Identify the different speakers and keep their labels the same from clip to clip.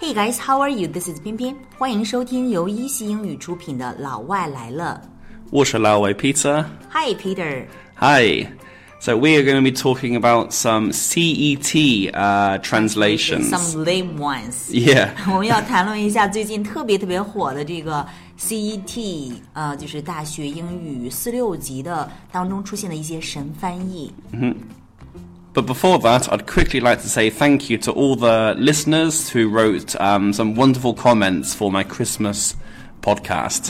Speaker 1: Hey guys, how are you? This is 偏偏，欢迎收听由一席英语出品的《老外来了
Speaker 2: 我是老外 Peter.》。
Speaker 1: Hi Peter，
Speaker 2: Hi. So we are going to be talking about some CET uh, translations.
Speaker 1: some lame ones。
Speaker 2: Yeah.
Speaker 1: 我们要谈论一下最近特别特别火的这个 CET，呃，就是大学英语四六级的当中出现的一些神翻译。
Speaker 2: But before that, I'd quickly like to say thank you to all the listeners who wrote um, some wonderful comments for my Christmas podcast.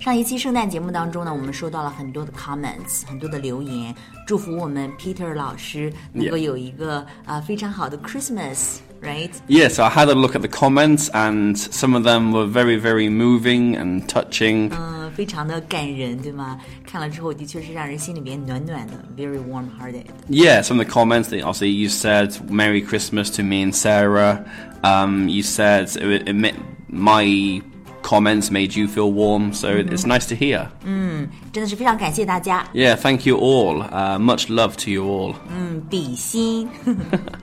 Speaker 1: 上一期圣诞节目当中呢，我们收到了很多的 comments，很多的留言，祝福我们 Peter 老师能够
Speaker 2: Yeah.
Speaker 1: 有一个啊、呃非常好的 Christmas，right？
Speaker 2: Yes, I had a look at the comments, and some of them were very, very moving and touching.
Speaker 1: 嗯，非常的感人，对吗？看了之后的确是让人心里边暖暖的，very warm-hearted。
Speaker 2: Yeah, some of the comments that obviously you said Merry Christmas to me and Sarah. Um, you said it, it, ma- my comments made you feel warm, so it's nice to hear.
Speaker 1: 真的是非常感谢大家，
Speaker 2: Yeah, thank you all. Uh, much love to you all.
Speaker 1: 嗯，比 心。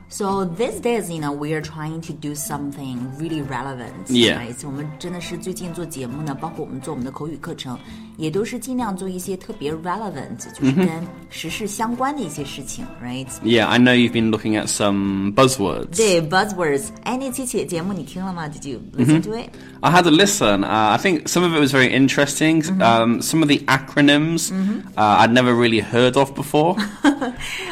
Speaker 1: so these days, you know, we are trying to do something really relevant.
Speaker 2: Yeah.
Speaker 1: right? 我们真的是最近做节目呢，包括我们做我们的口语课程，也都是尽量做一些特别 relevant，就是
Speaker 2: 嗯
Speaker 1: 跟时事相关的一些事情，right？
Speaker 2: Yeah, I know you've been looking at some buzzwords.
Speaker 1: 对，buzzwords。哎，那期节节目你听了吗？Did you
Speaker 2: Mm-hmm
Speaker 1: listen to it？、
Speaker 2: I had a listen. Uh, I think some of it was very interesting. Um, some of the acronyms uh, I'd never really heard of before.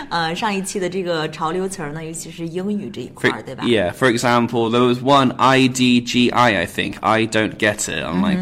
Speaker 1: 呃，上一期的这个潮流词儿呢，尤其是英语这一块
Speaker 2: For-
Speaker 1: 儿，对吧？
Speaker 2: yeah, for example, there was one IDGI, I think. I don't get it.
Speaker 1: Mm-hmm.
Speaker 2: I'm like,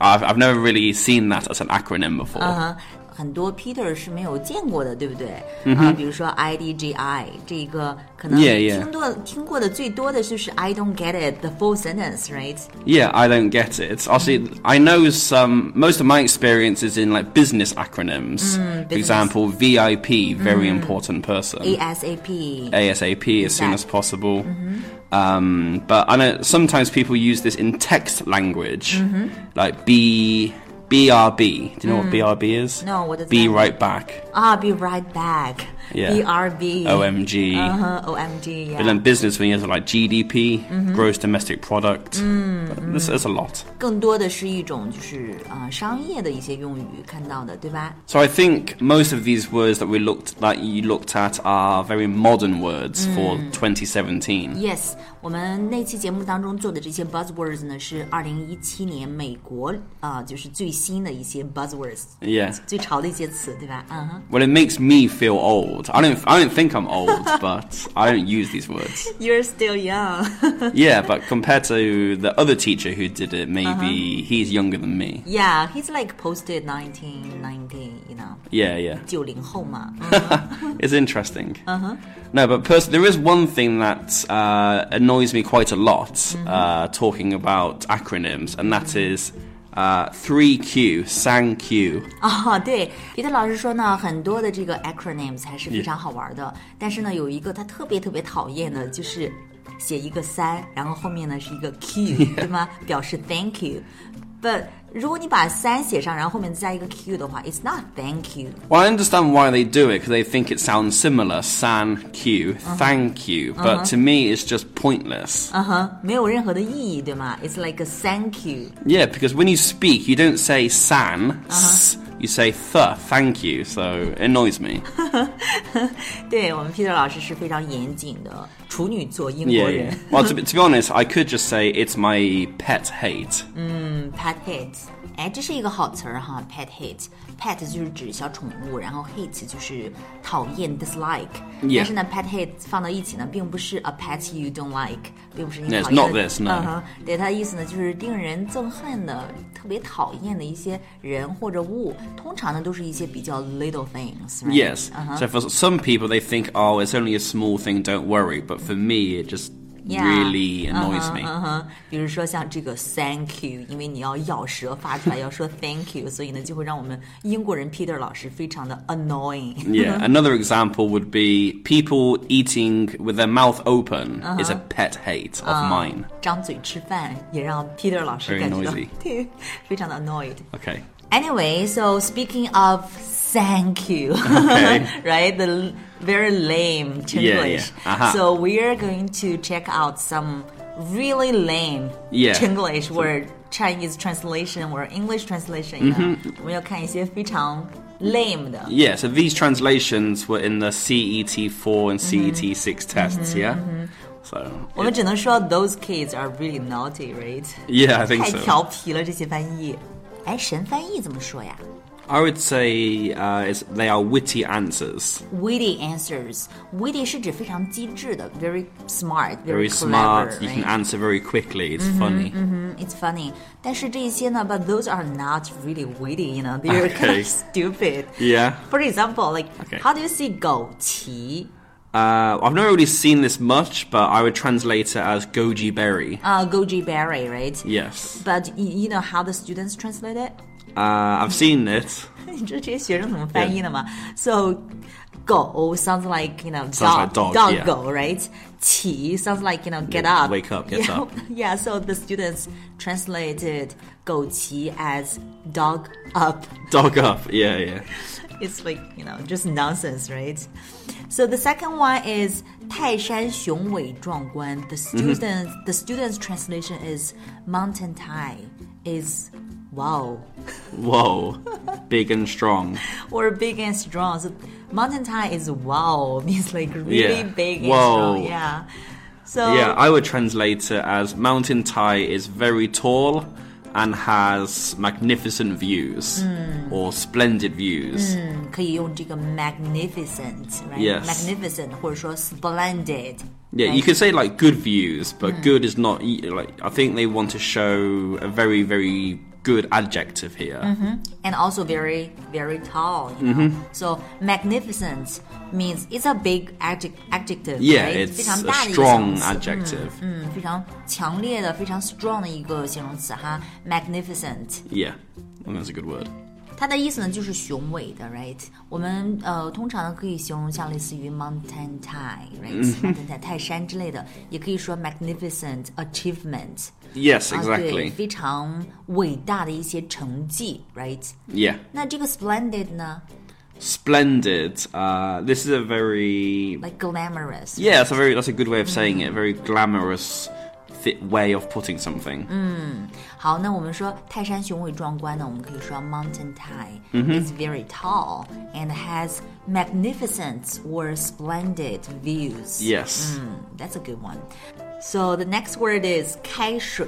Speaker 2: I've, I've never really seen that as an acronym before.
Speaker 1: 嗯，很多 Peter 是没有见过的，对不对？啊、比如说 IDGI 这个，可能
Speaker 2: Yeah, yeah.
Speaker 1: 听多听过的最多的就是 I don't get it the full sentence, right?
Speaker 2: Yeah, I don't get it. It's Obviously,
Speaker 1: Mm-hmm.
Speaker 2: I know some, most of my experience is in like business acronyms. For
Speaker 1: Mm, business. Mm-hmm.
Speaker 2: example, VIP, very important person.
Speaker 1: ASAP.
Speaker 2: ASAP as soon as possible.
Speaker 1: Mm-hmm.
Speaker 2: Um, but I know sometimes people use this in text language,
Speaker 1: Mm-hmm.
Speaker 2: like B, BRB. Do you know what BRB is?
Speaker 1: Mm. No, what does
Speaker 2: Be
Speaker 1: that mean?
Speaker 2: right back.
Speaker 1: 啊、b e right back.
Speaker 2: Yeah.
Speaker 1: BRB.
Speaker 2: OMG.
Speaker 1: 嗯哼 OMG.
Speaker 2: But
Speaker 1: Yeah.
Speaker 2: then business, when you have like GDP, gross domestic product, there's, there's a lot.
Speaker 1: 更多的是一种就是啊、呃商业的一些用语看到的，对吧？
Speaker 2: So I think most of these words that we looked that you looked at are very modern words for 2017.
Speaker 1: Yes，我们那期节目当中做的这些 buzzwords 呢，是二零一七年美国啊、就是最新的一些 buzzwords，
Speaker 2: Yeah.
Speaker 1: 最潮的一些词，对吧？嗯哼
Speaker 2: Well, it makes me feel old. I don't I don't think I'm old, but I don't use these words.
Speaker 1: ，You're still young 。
Speaker 2: Yeah, but compared to the other teacher who did it, maybe he's younger than me.
Speaker 1: yeah, he's like posted nineteen nineteen, you know，
Speaker 2: Yeah, yeah.
Speaker 1: 九零后嘛。嗯
Speaker 2: It's interesting. No, but pers- there is one thing that uh, annoys me quite a lot uh, talking about acronyms, and that is uh, 3Q, SANQ.
Speaker 1: 啊、对，皮特老师说呢，很多的这个 acronyms 还是非常好玩的但是呢，有一个他特别特别讨厌的，就是写一个三，然后后面呢是一个 q，、对吗？表示 thank you。But 如果你把三写上，然后后面加一个 q 的话，it's not thank you。
Speaker 2: Well, I understand why they do it because they think it sounds similar, SANQ, thank you, but to me it's just pointless.
Speaker 1: 嗯哼，没有任何的意义，对吗？It's like a thank you。
Speaker 2: Yeah, because when you speak, you don't say san, s, you say th, thank you, so it annoys me.
Speaker 1: 对我们 Peter 老师是非常严谨的处女座英
Speaker 2: Yeah,
Speaker 1: 国人
Speaker 2: yeah. well, to be, to be honest, I could just say it's my pet hate.
Speaker 1: pet hate，哎，这是一个好词儿哈，pet hate，pet 就是指小宠物，然后 hate 就是讨厌 dislike，、
Speaker 2: Yeah.
Speaker 1: 但是呢，pet hate 放到一起呢，并不是 a pet you don't like，并不是你
Speaker 2: Yeah, it's
Speaker 1: 讨厌的。
Speaker 2: not this, no.
Speaker 1: 嗯哼对，它的意思呢就是令人憎恨的、特别讨厌的一些人或者物，通常呢都是一些比较 little things、right?。
Speaker 2: Yes.
Speaker 1: 嗯哼
Speaker 2: So for some people, they think, oh, it's only a small thing, don't worry. But for me, it just
Speaker 1: Yeah. Uh-huh,
Speaker 2: really annoys me.
Speaker 1: 嗯哼，比如说像这个 thank you，因为你要咬舌发出来，要说 thank you，所以呢就会让我们英国人 Peter 老师非常的 annoying。
Speaker 2: Yeah. Another example would be people eating with their mouth open
Speaker 1: Uh-huh.
Speaker 2: is a pet hate of
Speaker 1: Oh.
Speaker 2: mine.
Speaker 1: 张嘴吃饭也让 Peter 老师
Speaker 2: Very
Speaker 1: 感觉到
Speaker 2: noisy
Speaker 1: 对非常的 annoyed。
Speaker 2: Okay.
Speaker 1: Anyway, so speaking of thank you,
Speaker 2: Okay.
Speaker 1: right? The very lame Chinglish.
Speaker 2: yeah. Uh-huh. Aha.
Speaker 1: So we are going to check out some really lame
Speaker 2: Yeah.
Speaker 1: Chinglish or Chinese translation or English translation 呢，我们要看一些非常 lame 的。
Speaker 2: Mm-hmm。 Yeah, so these translations were in the CET4 and
Speaker 1: Mm-hmm.
Speaker 2: CET6 tests, yeah? So,
Speaker 1: 我们只能说 those kids are really naughty, right？
Speaker 2: yeah, I think
Speaker 1: 太
Speaker 2: so.
Speaker 1: 调皮了这些翻译。哎，神翻译怎么说呀
Speaker 2: I would say uh, it's, they are witty answers.
Speaker 1: ？Witty answers. Witty 是指非常机智的，very smart, very
Speaker 2: Very smart,
Speaker 1: clever,
Speaker 2: you can
Speaker 1: right? Mm-hmm,
Speaker 2: answer very quickly, it's funny.
Speaker 1: It's funny. 但是这一些呢，but those are not really witty, you know, they're kind
Speaker 2: Okay.
Speaker 1: of stupid.
Speaker 2: Yeah.
Speaker 1: For example, like
Speaker 2: Okay.
Speaker 1: how do you say 枸杞
Speaker 2: Uh, I've not really seen this much, but I would translate it as goji berry.
Speaker 1: 啊、goji Uh, berry, right?
Speaker 2: Yes.
Speaker 1: But you, you know how the students translate it?
Speaker 2: Uh, I've seen it.
Speaker 1: 你知道这些学生怎么翻译的吗？So 狗 sounds like you know
Speaker 2: Sounds like
Speaker 1: dog
Speaker 2: dog,
Speaker 1: dog
Speaker 2: yeah.
Speaker 1: 狗 right? 起 sounds like you know get
Speaker 2: Yeah,
Speaker 1: up
Speaker 2: wake up, get
Speaker 1: yeah,
Speaker 2: up.
Speaker 1: Yeah, so the students translated 枸杞 as dog up.
Speaker 2: Dog up, yeah, yeah.
Speaker 1: It's like you know just nonsense, right? So the second one is 泰山雄伟壮观. The
Speaker 2: Mm-hmm。
Speaker 1: students the students translation is mountain Thai is wow.
Speaker 2: Whoa. Big and strong.
Speaker 1: or big and strong. So mountain Thai is wow means like really
Speaker 2: Yeah.
Speaker 1: big and
Speaker 2: Wow.
Speaker 1: strong. Yeah. So
Speaker 2: Yeah, I would translate it as Mountain Tai is very tall and has magnificent views or splendid views.
Speaker 1: 可以用这个 magnificent, right?
Speaker 2: Yes.
Speaker 1: Magnificent 或者说 splendid.
Speaker 2: Yeah, you
Speaker 1: right?
Speaker 2: could say like good views, but good is not e- like I think they want to show a very very good adjective here.
Speaker 1: and also very very tall. You know?
Speaker 2: Mm-hmm.
Speaker 1: So magnificent means it's a big adjec- adjective.
Speaker 2: Yeah,
Speaker 1: right?
Speaker 2: it's
Speaker 1: 非常大的一个
Speaker 2: a strong
Speaker 1: 形容词。
Speaker 2: adjective.
Speaker 1: 嗯，非常强烈的、非常 strong 的一个形容词哈，magnificent。
Speaker 2: Yeah, I think that's a good word.
Speaker 1: 它的意思呢就是雄伟的，right？我们呃通常呢可以形容像类似于 mountain Thai，right？mountain Thai 泰山之类的，也可以说 magnificent achievement，
Speaker 2: Yes,
Speaker 1: 啊，对，
Speaker 2: exactly.
Speaker 1: 非常伟大的一些成绩，right？
Speaker 2: Yeah,
Speaker 1: 那这个 splendid 呢
Speaker 2: splendid. Uh, this is a very
Speaker 1: ，like glamorous，
Speaker 2: yeah, that's a very that's a good way of saying it. Very glamorous thi way of putting something.
Speaker 1: 好，那我们说泰山雄伟壮观呢，我们可以说 Mountain Tai、is
Speaker 2: Mm-hmm。
Speaker 1: very tall and has magnificent or splendid views.
Speaker 2: Yes.
Speaker 1: That's a good one. So the next word is 开水,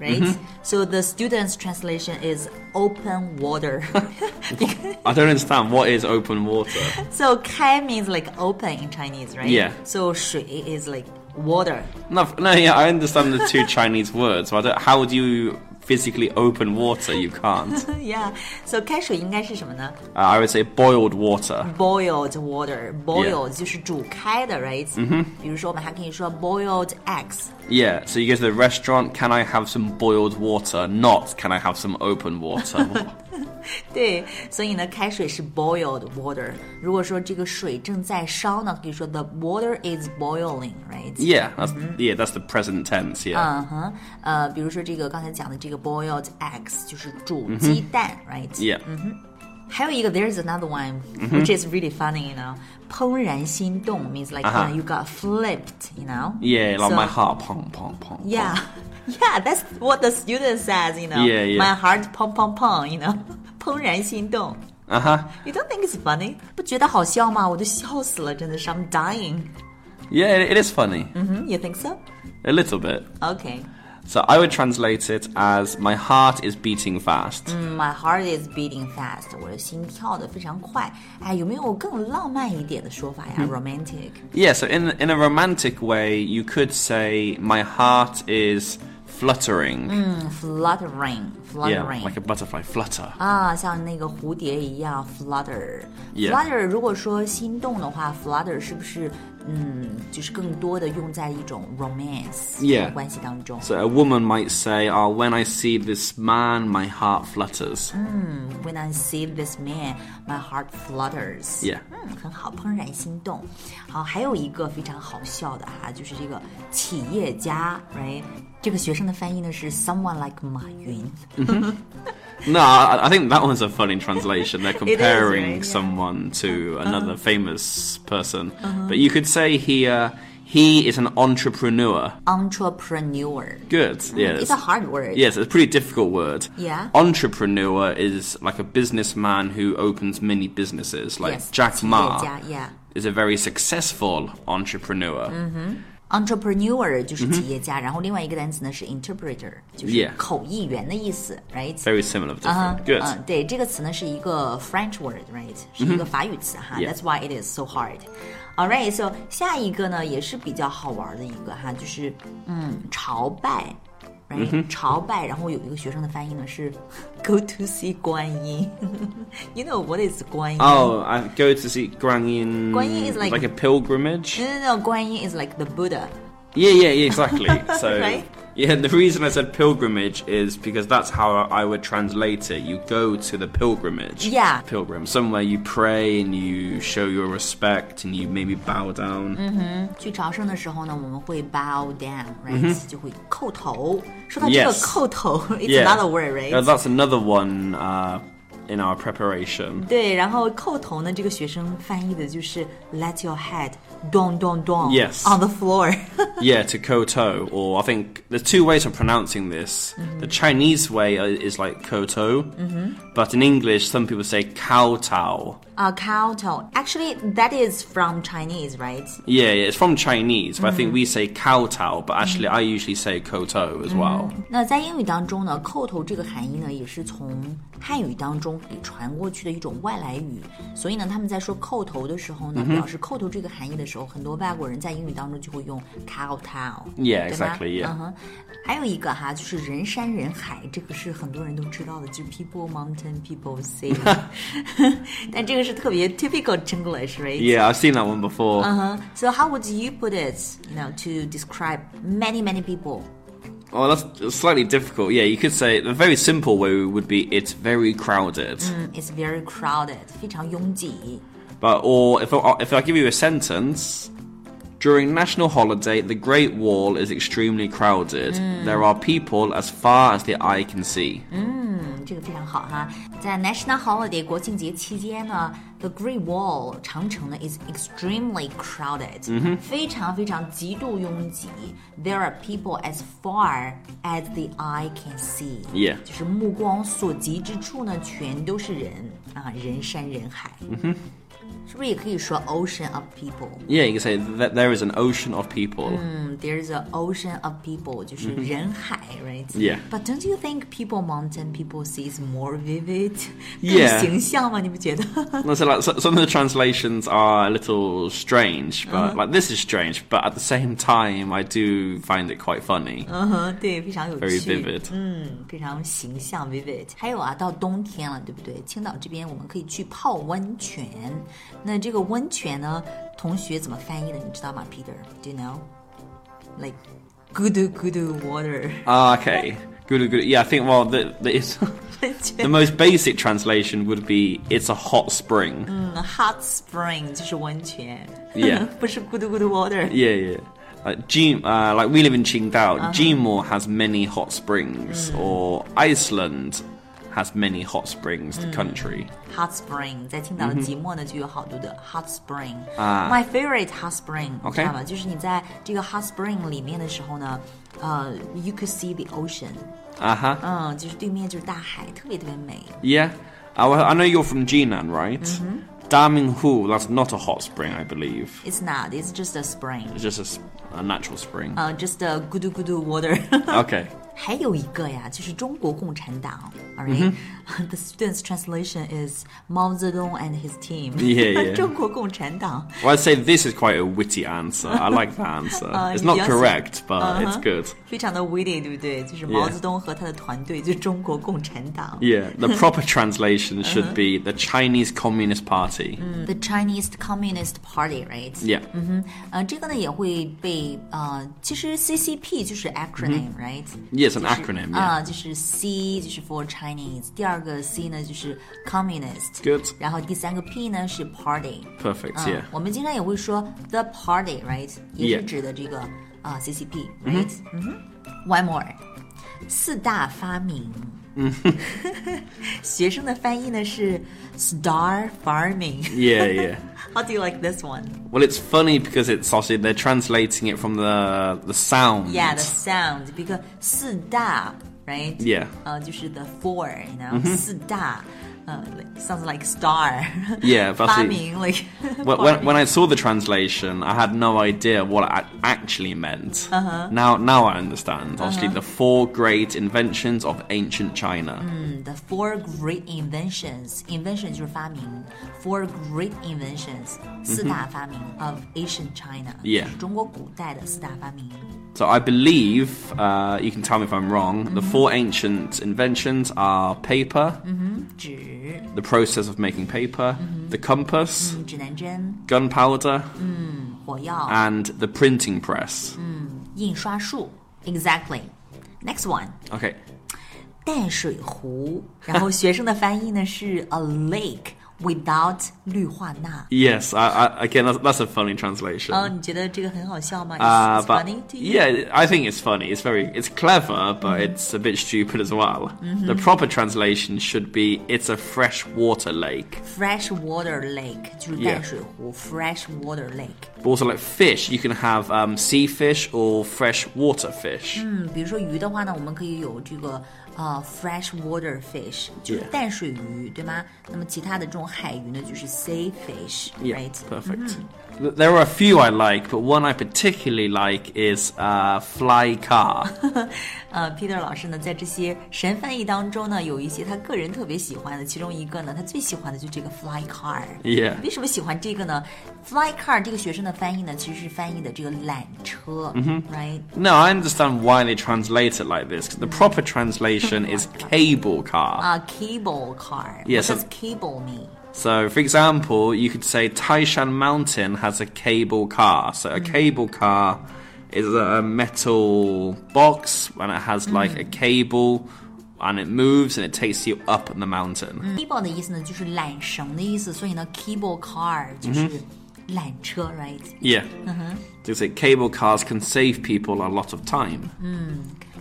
Speaker 1: right? So the student's translation is open water.
Speaker 2: I don't understand what is open water.
Speaker 1: so 开 means like open in Chinese, right?
Speaker 2: Yeah.
Speaker 1: So 水 is like water.
Speaker 2: No, no, yeah, I understand the two Chinese words. But I don't, how do you physically open water? You can't. Uh,
Speaker 1: yeah. So 开水应该是什么呢？
Speaker 2: I would say boiled water.
Speaker 1: boiled water. Boiled 就是煮开的，right？比如说我们还可以说 boiled eggs。
Speaker 2: Yeah. So you go to the restaurant. Can I have some boiled water? Not. Can I have some open water?
Speaker 1: 对，所以呢，开水是 boiled water。如果说这个水正在烧呢，可以说 the water is boiling，right？
Speaker 2: yeah. That's
Speaker 1: Mm-hmm.
Speaker 2: yeah. That's the present tense. Yeah.
Speaker 1: 嗯哼，呃，比如说这个刚才讲的这个 boiled eggs 就是煮鸡蛋，right？
Speaker 2: yeah.
Speaker 1: 还有一个 there's another one which is really funny，you know，怦然心动 means like you know, you got flipped，you know？Yeah，
Speaker 2: Yeah. Like my heart pong pong pong. pong.
Speaker 1: Yeah, yeah, that's what the student says. You know,
Speaker 2: Yeah, yeah.
Speaker 1: my heart pong pong pong. You know, 怦然心动。
Speaker 2: Uh huh.
Speaker 1: You don't think it's funny? 不觉得好笑吗？我都笑死了，真的是 I'm dying.
Speaker 2: Yeah. It, it is funny.
Speaker 1: 嗯、you think so?
Speaker 2: A little bit.
Speaker 1: Okay.
Speaker 2: So I would translate it as my heart is beating fast.
Speaker 1: My heart is beating fast. 我的心跳的非常快。哎，有没有更浪漫一点的说法呀、r
Speaker 2: 嗯
Speaker 1: o m a n t i c
Speaker 2: Yeah, so in in a romantic way, you could say my heart is fluttering.
Speaker 1: 嗯 fluttering, Mm, fluttering.
Speaker 2: Yeah, like a butterfly flutter.
Speaker 1: 啊，像那个蝴蝶一样 flutter。
Speaker 2: Yeah.
Speaker 1: flutter 如果说心动的话，flutter 是不是嗯，就是更多的用在一种 romance
Speaker 2: Yeah.
Speaker 1: 关系当中
Speaker 2: So a woman might say, "Oh, when I see this man, my heart flutters."
Speaker 1: When I see this man, my heart flutters.
Speaker 2: Yeah.
Speaker 1: 嗯，很好，怦然心动。好，还有一个非常好笑的哈、就是这个企业家，right？这个学生的翻译呢是 someone like 马云。
Speaker 2: No, I, I think that one's a funny translation. They're
Speaker 1: is, Uh-huh.
Speaker 2: comparing
Speaker 1: right? Yeah. Uh-huh.
Speaker 2: someone to another famous person, but you could say here He is an entrepreneur.
Speaker 1: entrepreneur.
Speaker 2: Good. Yeah.
Speaker 1: It's
Speaker 2: that's-
Speaker 1: a hard word.
Speaker 2: Yes, it's a pretty difficult word.
Speaker 1: Yeah.
Speaker 2: Entrepreneur is like a businessman who opens many businesses. Like
Speaker 1: Yes,
Speaker 2: Jack Ma
Speaker 1: 企业家，yeah.
Speaker 2: is a very successful entrepreneur.
Speaker 1: Mm. entrepreneur 就是企业家，然后另外一个单词呢是 interpreter，就是
Speaker 2: Mm-hmm Yeah.
Speaker 1: 口译员的意思，right？
Speaker 2: Very similar. but
Speaker 1: 啊
Speaker 2: different.
Speaker 1: 嗯，
Speaker 2: Good.
Speaker 1: Uh-huh. Uh, 对，这个词呢是一个 French word, right？是一个法语词哈。
Speaker 2: Mm-hmm. Yeah.
Speaker 1: That's why it is so hard. All right, so 下一个呢也是比较好玩的一个哈，就是嗯朝拜，right？、朝
Speaker 2: Mm-hmm.
Speaker 1: 拜，然后有一个学生的翻译呢是 go to see 观音 ，you know what is 观音
Speaker 2: Oh, I go to see Guan Yin.
Speaker 1: Guan Yin is like-
Speaker 2: a pilgrimage.
Speaker 1: No, no, no. 观音 is like the Buddha.
Speaker 2: Yeah, yeah, yeah, exactly. So,
Speaker 1: Right?
Speaker 2: yeah, the reason I said pilgrimage is because that's how I would translate it. You go to the pilgrimage.
Speaker 1: Yeah.
Speaker 2: Pilgrim, somewhere you pray and you show your respect and you maybe bow down.
Speaker 1: Mm, 去朝圣的时候呢，我们会 bow down，right？、就会叩头。说到这个
Speaker 2: Mm-hmm. Yes.
Speaker 1: 叩头 i t s
Speaker 2: Yeah.
Speaker 1: another word，right？
Speaker 2: Uh, that's another one uh, in our preparation.
Speaker 1: 对，然后叩头呢，这个学生翻译的就是 let your head down down down
Speaker 2: Yes.
Speaker 1: on the floor 。
Speaker 2: Yeah, to koto, or I think there's two ways of pronouncing this.
Speaker 1: Mm-hmm.
Speaker 2: The Chinese way uh, is like koto, but in English, some people say kowtow.
Speaker 1: 啊、c o w t o w Actually, that is from Chinese, right?
Speaker 2: Yeah, yeah, it's from Chinese, but I
Speaker 1: Mm.
Speaker 2: think we say kowtow, but actually, I usually say koto
Speaker 1: Mm.
Speaker 2: as well.
Speaker 1: 那在英语当中呢，叩头这个含义呢，也是从汉语当中给传过去的一种外来语。所以呢，他们在说叩头的时候呢，表示叩头这个含义的时候，很多外国人在英语当中就会用 cow town。
Speaker 2: Yeah,
Speaker 1: 对吧
Speaker 2: exactly, yeah.
Speaker 1: 嗯哼，还有一个哈，就是人山人海，这个是很多人都知道的，就是 people mountain people sea。但这个是特别 typical English，right？
Speaker 2: Yeah, I've seen that one before.
Speaker 1: Uh-huh. So how would you put it, you know, to describe many many people?
Speaker 2: Oh, that's slightly difficult. Yeah, you could say the very simple way would be it's very crowded.
Speaker 1: Mm, It's very crowded，非常拥挤。
Speaker 2: But or if I, if I give you a sentence, during national holiday, the Great Wall is extremely crowded.
Speaker 1: Mm.
Speaker 2: There are people as far as the eye can see.
Speaker 1: 嗯，这个非常好哈。在 National Holiday 国庆节期间呢，The Great Wall 长城呢 is extremely crowded，、非常非常极度拥挤。There are people as far as the eye can see，、
Speaker 2: Yeah
Speaker 1: 就是目光所及之处呢，全都是人啊，人山人海。是不是也可以说 ocean of people？
Speaker 2: Yeah, you can say that there is an ocean of people.
Speaker 1: There's an ocean of people，就是人海，right?
Speaker 2: Yeah.
Speaker 1: But don't you think people mountain people sees more vivid？
Speaker 2: Yeah.
Speaker 1: 更形象吗？你不觉得？
Speaker 2: So, like, so, some of the translations are a little strange, but like this is strange. But at the same time, I do find it quite funny,
Speaker 1: 嗯哼，对，非常有
Speaker 2: very
Speaker 1: 趣
Speaker 2: vivid.
Speaker 1: 嗯，非常形象 vivid。还有啊，到冬天了，对不对？青岛这边我们可以去泡温泉。那这个温泉呢，同学怎么翻译的？你知道吗，Peter？Do you know？Like good good water，
Speaker 2: Ah, okay, good, good. Yeah, I think well, the, the, it's,
Speaker 1: 温
Speaker 2: the
Speaker 1: 泉。
Speaker 2: most basic translation would be it's a hot spring.
Speaker 1: 嗯，hot spring 就是温泉
Speaker 2: Yeah
Speaker 1: 不是 good good water。
Speaker 2: Yeah, yeah. Like, G- uh, like we live in Qingdao, Jimor has many hot springs, or Iceland has many hot springs, the country.
Speaker 1: hot spring，在青岛的
Speaker 2: 嗯
Speaker 1: 即墨呢就有好多的 hot spring。m y favorite hot spring，你
Speaker 2: 啊 OK
Speaker 1: 知道吗？就是你在这个 hot spring 里面的时候呢，呃、y o u could see the ocean，
Speaker 2: Uh huh.
Speaker 1: 嗯，就是对面就是大海，特别特别美。
Speaker 2: Yeah. I, I know you're from Jinan, right?
Speaker 1: Mm-hmm.
Speaker 2: Daminghu, that's not a hot spring, I believe.
Speaker 1: It's not, it's just a spring，
Speaker 2: It's just a s- a, natural spring.
Speaker 1: 呃、j u s t a good good water 。
Speaker 2: Okay.
Speaker 1: 还有一个呀，就是中国共产党，all
Speaker 2: 嗯
Speaker 1: right，the、student's translation is Mao Zedong and his team，
Speaker 2: Yeah, yeah.
Speaker 1: 中国共产党。
Speaker 2: Well, I'd say this is quite a witty answer. I like that answer. it's
Speaker 1: Uh,
Speaker 2: not
Speaker 1: yes. Uh-huh.
Speaker 2: correct, but it's good.
Speaker 1: 非常的 witty，对不对？就是毛
Speaker 2: Yeah.
Speaker 1: 泽东和他的团队，就是中国共产党。
Speaker 2: Yeah, the proper translation
Speaker 1: Uh-huh.
Speaker 2: should be the Chinese Communist Party.
Speaker 1: The Chinese Communist Party, right？
Speaker 2: Yeah.
Speaker 1: Mm-hmm. 呃，这个呢也会被呃，其实 CCP 就是 acronym, right？
Speaker 2: Yeah, it's an acronym.
Speaker 1: 啊、
Speaker 2: Mm-hmm Yeah.
Speaker 1: 就是 C 就是 for Chinese，第二个 C 呢就是 communist，
Speaker 2: Good.
Speaker 1: 然后第三个 P 呢是 party。
Speaker 2: Perfect.
Speaker 1: 嗯
Speaker 2: Yeah.
Speaker 1: 我们经常也会说 the party，right？也是
Speaker 2: Yeah.
Speaker 1: 指的这个啊、CCP，right？嗯哼。One more，四大发明。 学生的翻译呢是 star farming。
Speaker 2: Yeah, yeah.
Speaker 1: How do you like this one?
Speaker 2: Well, it's funny because it's sausage. They're translating it from the the sound.
Speaker 1: Yeah, the sound because 四大 right?
Speaker 2: Yeah.
Speaker 1: 呃，就是 the four, you know，、四大，呃、like- sounds like star。
Speaker 2: Yeah,
Speaker 1: 发
Speaker 2: but it-
Speaker 1: 明 like
Speaker 2: when, when, when I saw the translation, I had no idea what it ac- actually meant. Uh-huh. Now, now I understand. Obviously, the four great inventions of ancient China.
Speaker 1: the four great inventions. Invention 就是发明，four great inventions 四大发明 of ancient China，
Speaker 2: 嗯 Yeah
Speaker 1: 就是中国古代的四大发明。
Speaker 2: So I believe uh, you can tell me if I'm wrong. The four ancient inventions are paper,
Speaker 1: 纸、
Speaker 2: the process of making paper, the compass,
Speaker 1: 指南针、
Speaker 2: gunpowder,
Speaker 1: 火药、
Speaker 2: and the printing press.
Speaker 1: 印刷术。Exactly. Next one.
Speaker 2: Okay.
Speaker 1: 淡水湖，然后学生的翻译呢是 a lake without 氯化钠。
Speaker 2: Yes. I, I, again, that's, that's a funny translation.
Speaker 1: 哦，你觉得这个很好笑吗
Speaker 2: Uh,
Speaker 1: It's
Speaker 2: but
Speaker 1: funny to you? Mm-hmm.
Speaker 2: yeah, I think it's funny. It's very, it's clever, but it's a bit stupid as well. The proper translation should be "It's a freshwater lake."
Speaker 1: Fresh water lake 就是
Speaker 2: Yeah.
Speaker 1: 淡水湖 fresh water lake。
Speaker 2: But also, like fish, you can have um, sea fish or freshwater fish.
Speaker 1: 嗯，比如说鱼的话呢，我们可以有这个呃 fresh water fish，就是
Speaker 2: Yeah.
Speaker 1: 淡水鱼，对吗？那么其他的这种海鱼呢，就是 sea
Speaker 2: Yeah,
Speaker 1: fish，right？
Speaker 2: perfect.
Speaker 1: Mm-hmm.
Speaker 2: Th- There are a few I like, but one I particularly like is uh, fly car.
Speaker 1: 呃，Peter 老师呢，在这些神翻译当中呢，有一些他个人特别喜欢的，其中一个呢，他最喜欢的就这个 fly car。
Speaker 2: Yeah.
Speaker 1: 为什么喜欢这个呢？fly car 这个学生的翻译呢，其实是翻译的这个缆车、r
Speaker 2: 嗯
Speaker 1: i g h t
Speaker 2: No, I understand why they translate it like this. 'cause the proper translation is cable car.
Speaker 1: 啊、c a b l e car。
Speaker 2: Yes,
Speaker 1: What does
Speaker 2: and-
Speaker 1: cable mean？
Speaker 2: So, for example, you could say Taishan Mountain has a cable car. So, a cable car is a metal box and it has like a cable and it moves and it takes you up the mountain.
Speaker 1: cable 的意思呢，就是缆绳的意思，所以呢，cable car 就
Speaker 2: 嗯
Speaker 1: 是缆车、r i g h t
Speaker 2: Yeah. They say cable cars can save people a lot of time.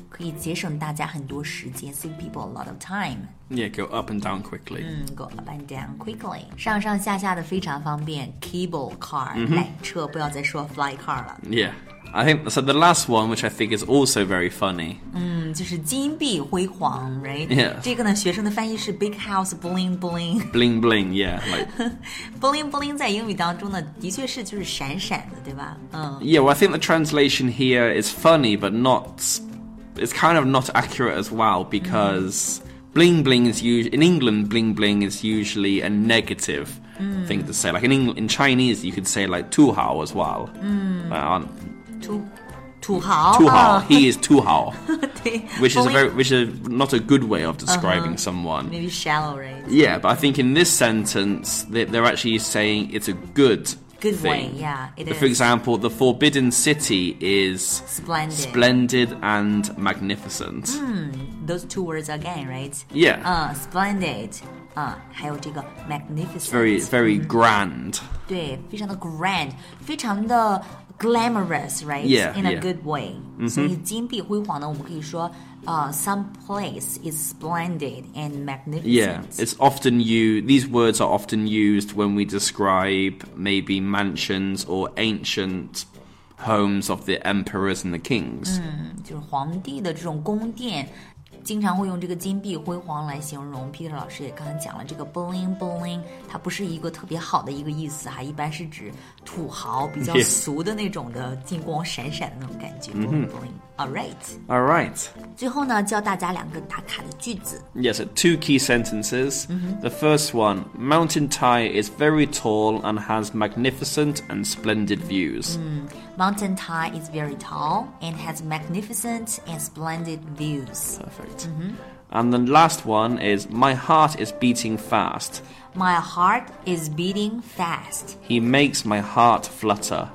Speaker 1: 可以节省大家很多时间，save people a lot of time。嗯
Speaker 2: Yeah, go up and down quickly.
Speaker 1: Go up and down quickly，上上下下的非常方便。Cable car，、缆
Speaker 2: 嗯
Speaker 1: 车，不要再说 fly car 了。
Speaker 2: Yeah. I think so. The last one, which I think is also very funny.
Speaker 1: 嗯，就是金碧辉煌，right？、
Speaker 2: Yeah
Speaker 1: 这个呢，学生的翻译是 big house bling bling。
Speaker 2: Bling bling, yeah. Like,
Speaker 1: bling bling 在英语当中呢，的确是就是闪闪的，对吧？嗯，
Speaker 2: yeah, well, I think the translation here is funny, but not. It's kind of not accurate as well because bling bling is usually. In England, bling bling is usually a negative thing to say. Like in, Eng- in Chinese, you could say like tu hao as well. Like, on-
Speaker 1: 土土豪，
Speaker 2: tu
Speaker 1: 啊
Speaker 2: hao, he is tu hao.
Speaker 1: 对
Speaker 2: which is a
Speaker 1: bling-
Speaker 2: very which is not a good way of describing someone.
Speaker 1: maybe shallow right
Speaker 2: Yeah, but I think in this sentence they, they're actually saying it's a good
Speaker 1: Good
Speaker 2: thing.
Speaker 1: way, yeah, it
Speaker 2: For
Speaker 1: is.
Speaker 2: example, the Forbidden City is
Speaker 1: Splendid.
Speaker 2: splendid and magnificent.
Speaker 1: those two words again right
Speaker 2: Yeah.
Speaker 1: 嗯 splendid 啊、还有这个 magnificent
Speaker 2: Very very grand.
Speaker 1: 对，非常的 grand，非常的 glamorous，right？In
Speaker 2: Yeah,
Speaker 1: a
Speaker 2: yeah. Mm-hmm.
Speaker 1: good way、所以金碧辉煌呢，我们可以说，呃、s o m e place is splendid and magnificent。
Speaker 2: Yeah, it's often you. These words are often used when we describe maybe mansions or ancient homes of the emperors and the kings.
Speaker 1: 就是皇帝的这种宫殿，经常会用这个金碧辉煌来形容。Peter 老师也刚才讲了，这个 bling bling 它不是一个特别好的一个意思哈，一般是指土豪比较
Speaker 2: Yeah.
Speaker 1: 俗的那种的金光闪闪的那种感觉。bling bling。All right，
Speaker 2: All right.
Speaker 1: 最后呢，教大家两个打卡的句子。
Speaker 2: Yes, uh, two key sentences. The first one Mountain Tai is very tall and has magnificent and splendid views.
Speaker 1: Mountain Tai is very tall and has magnificent and splendid views.
Speaker 2: Perfect. And the last one is My heart is beating fast.
Speaker 1: My heart is beating fast.
Speaker 2: He makes my heart flutter.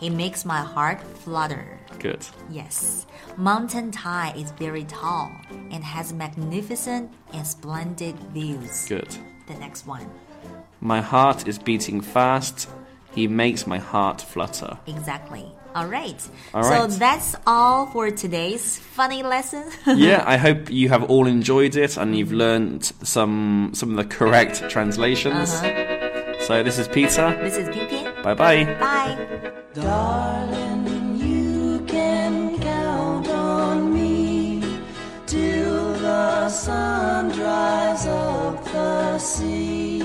Speaker 1: He makes my heart flutter.
Speaker 2: Good.
Speaker 1: Yes, Mountain Tai is very tall and has magnificent and splendid views.
Speaker 2: Good.
Speaker 1: The next one.
Speaker 2: My heart is beating fast. He makes my heart flutter.
Speaker 1: Exactly. All right.
Speaker 2: All
Speaker 1: So
Speaker 2: right.
Speaker 1: that's all for today's funny lesson.
Speaker 2: yeah, I hope you have all enjoyed it and you've learned some some of the correct translations. So this is Peter.
Speaker 1: this is Pinpin.
Speaker 2: Bye bye.
Speaker 1: Bye.
Speaker 3: Darling, you can count on me till the sun dries up the sea.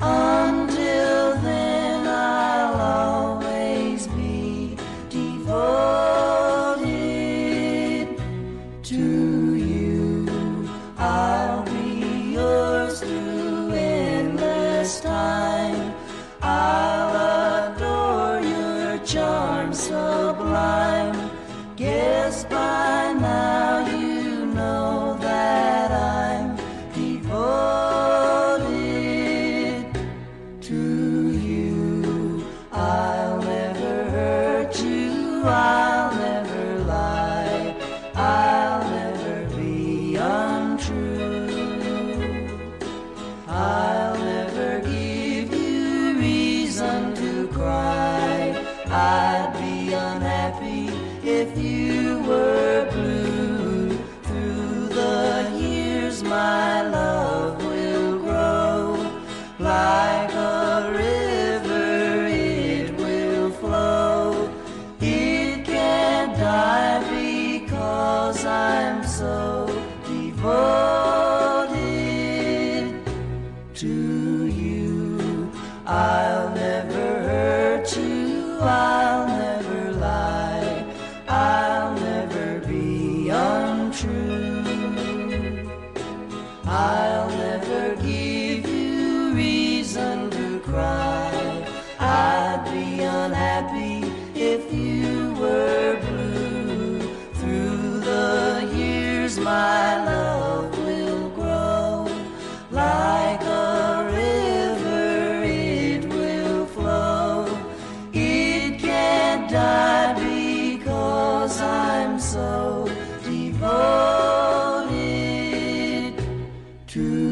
Speaker 3: Until then, I'll always be devoted to you. I'll be yours through endless time. I'll adore your charm sublime. Guess by now you know that I'm devoted to you. I'll never hurt you. I'll never lie. I'll never be untrue. I'll never give you reason to cry. I'd be unhappy if you were blue. Through the years, my love will grow. Like a river, it will flow. It can't die because I'm so devoted to you. I'll never hurt you. I'll never lie. I'll never be untrue. I'll never give you reason to cry. I'd be unhappy if you were blue. Through the years, my love will grow. Like a river, it will flow. It can't die because I'm so devoted to